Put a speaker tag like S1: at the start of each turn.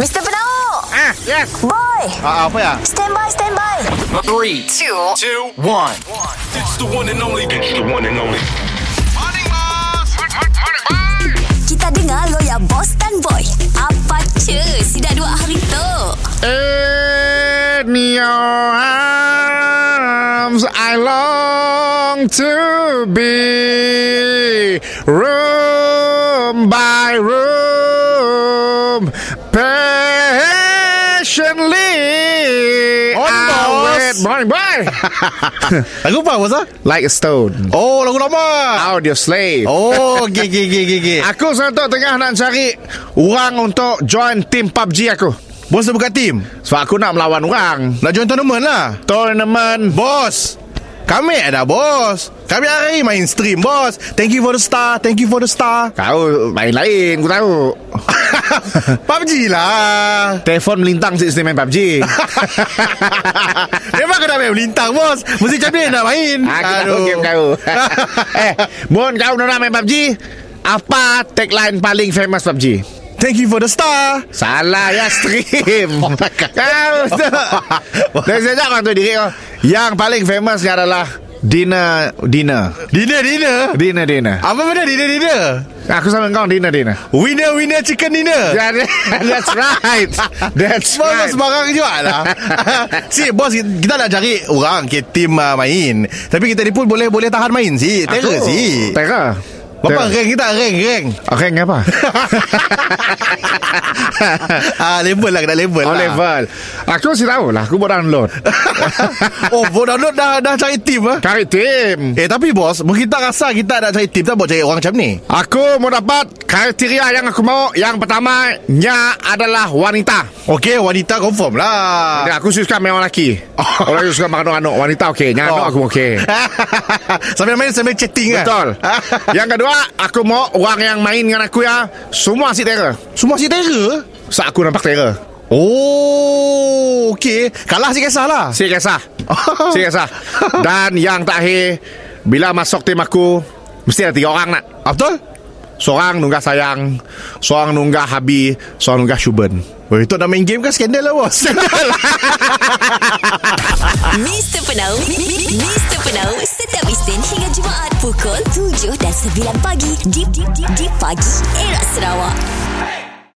S1: Mr. Penau
S2: Ah, yes.
S1: Boy
S2: Ah, ah, apa ya?
S1: Stand by, stand by
S3: Three, two, two, one.
S4: It's the one and only. It's the one and only.
S1: Kita dengar lo ya Boss dan Boy Apa cu Si dah dua hari tu
S2: In your arms, I long to be room by room, patiently.
S5: On,
S2: I
S5: boss.
S2: wait. Morning, boy.
S5: Lagu apa Masa?
S2: like a stone,
S5: Oh lagu lama
S2: out your slave.
S5: Oh okay, okay, okay, okay, okay.
S2: Aku sekarang tu tengah nak cari orang untuk join tim PUBG aku.
S5: Bos dah buka tim
S2: Sebab aku nak melawan orang.
S5: Nak join tournament lah
S2: Tournament
S5: Bos Kami ada bos Kami hari main stream bos Thank you for the star Thank you for the star
S2: Kau main lain Aku tahu
S5: PUBG lah
S2: Telefon Ah, melintang Sik sini main PUBG
S5: Memang kau nak main melintang bos Mesti champion nak main
S2: Aku Ah, tahu game kau Eh Mun kau nak main PUBG Apa tagline paling famous PUBG
S5: Thank you for the star
S2: Salah ya stream Kau tu Dan sejak orang tu diri kau Yang paling famous adalah Dinner Dinner
S5: Dinner dinner
S2: Dinner dinner Ah,
S5: Apa benda dinner dinner
S2: Aku sama kau dinner dinner
S5: Winner winner chicken dinner
S2: That- That's right That's
S5: Semua right.
S2: right
S5: sembarang juga lah Si bos Kita nak cari Orang ke tim uh, main Tapi kita ni pun Boleh boleh tahan main si Terror
S2: Aku-
S5: si
S2: Terror
S5: Bapak rank kita rank rank
S2: Rank apa?
S5: ah, Level lah Kena level
S2: Oh
S5: lah
S2: level Aku sih tahu lah Aku buat download
S5: Oh buat download dah, dah cari tim ah.
S2: Cari tim
S5: Eh tapi bos Mungkin kita rasa Kita nak cari tim Tak buat cari orang macam ni
S2: Aku mau dapat kriteria yang aku mau Yang pertama Nya adalah wanita
S5: Okay wanita confirm lah
S2: Dan aku suka memang lelaki Orang yang suka makan anak Wanita okey Nya anak
S5: Oh.
S2: aku okey
S5: Sambil main sambil chatting kan
S2: Betul Yang kedua Aku mau orang yang main dengan aku ya Semua si terror
S5: Semua si terror
S2: Sebab aku nampak terror
S5: Oh Okay Kalah si kisah lah
S2: Si kisah Si kisah Dan yang terakhir Bila masuk tim aku Mesti ada tiga orang nak
S5: Ah, Betul
S2: Seorang nunggah sayang Seorang nunggah habi Seorang nunggah syuban
S5: Weh, tu nak main game kan skandal lah bos
S1: Mr. Penau Mr. Penau Setiap Isnin hingga Jumaat Pukul 7 dan 9 pagi Di, di, di, di pagi Era Sarawak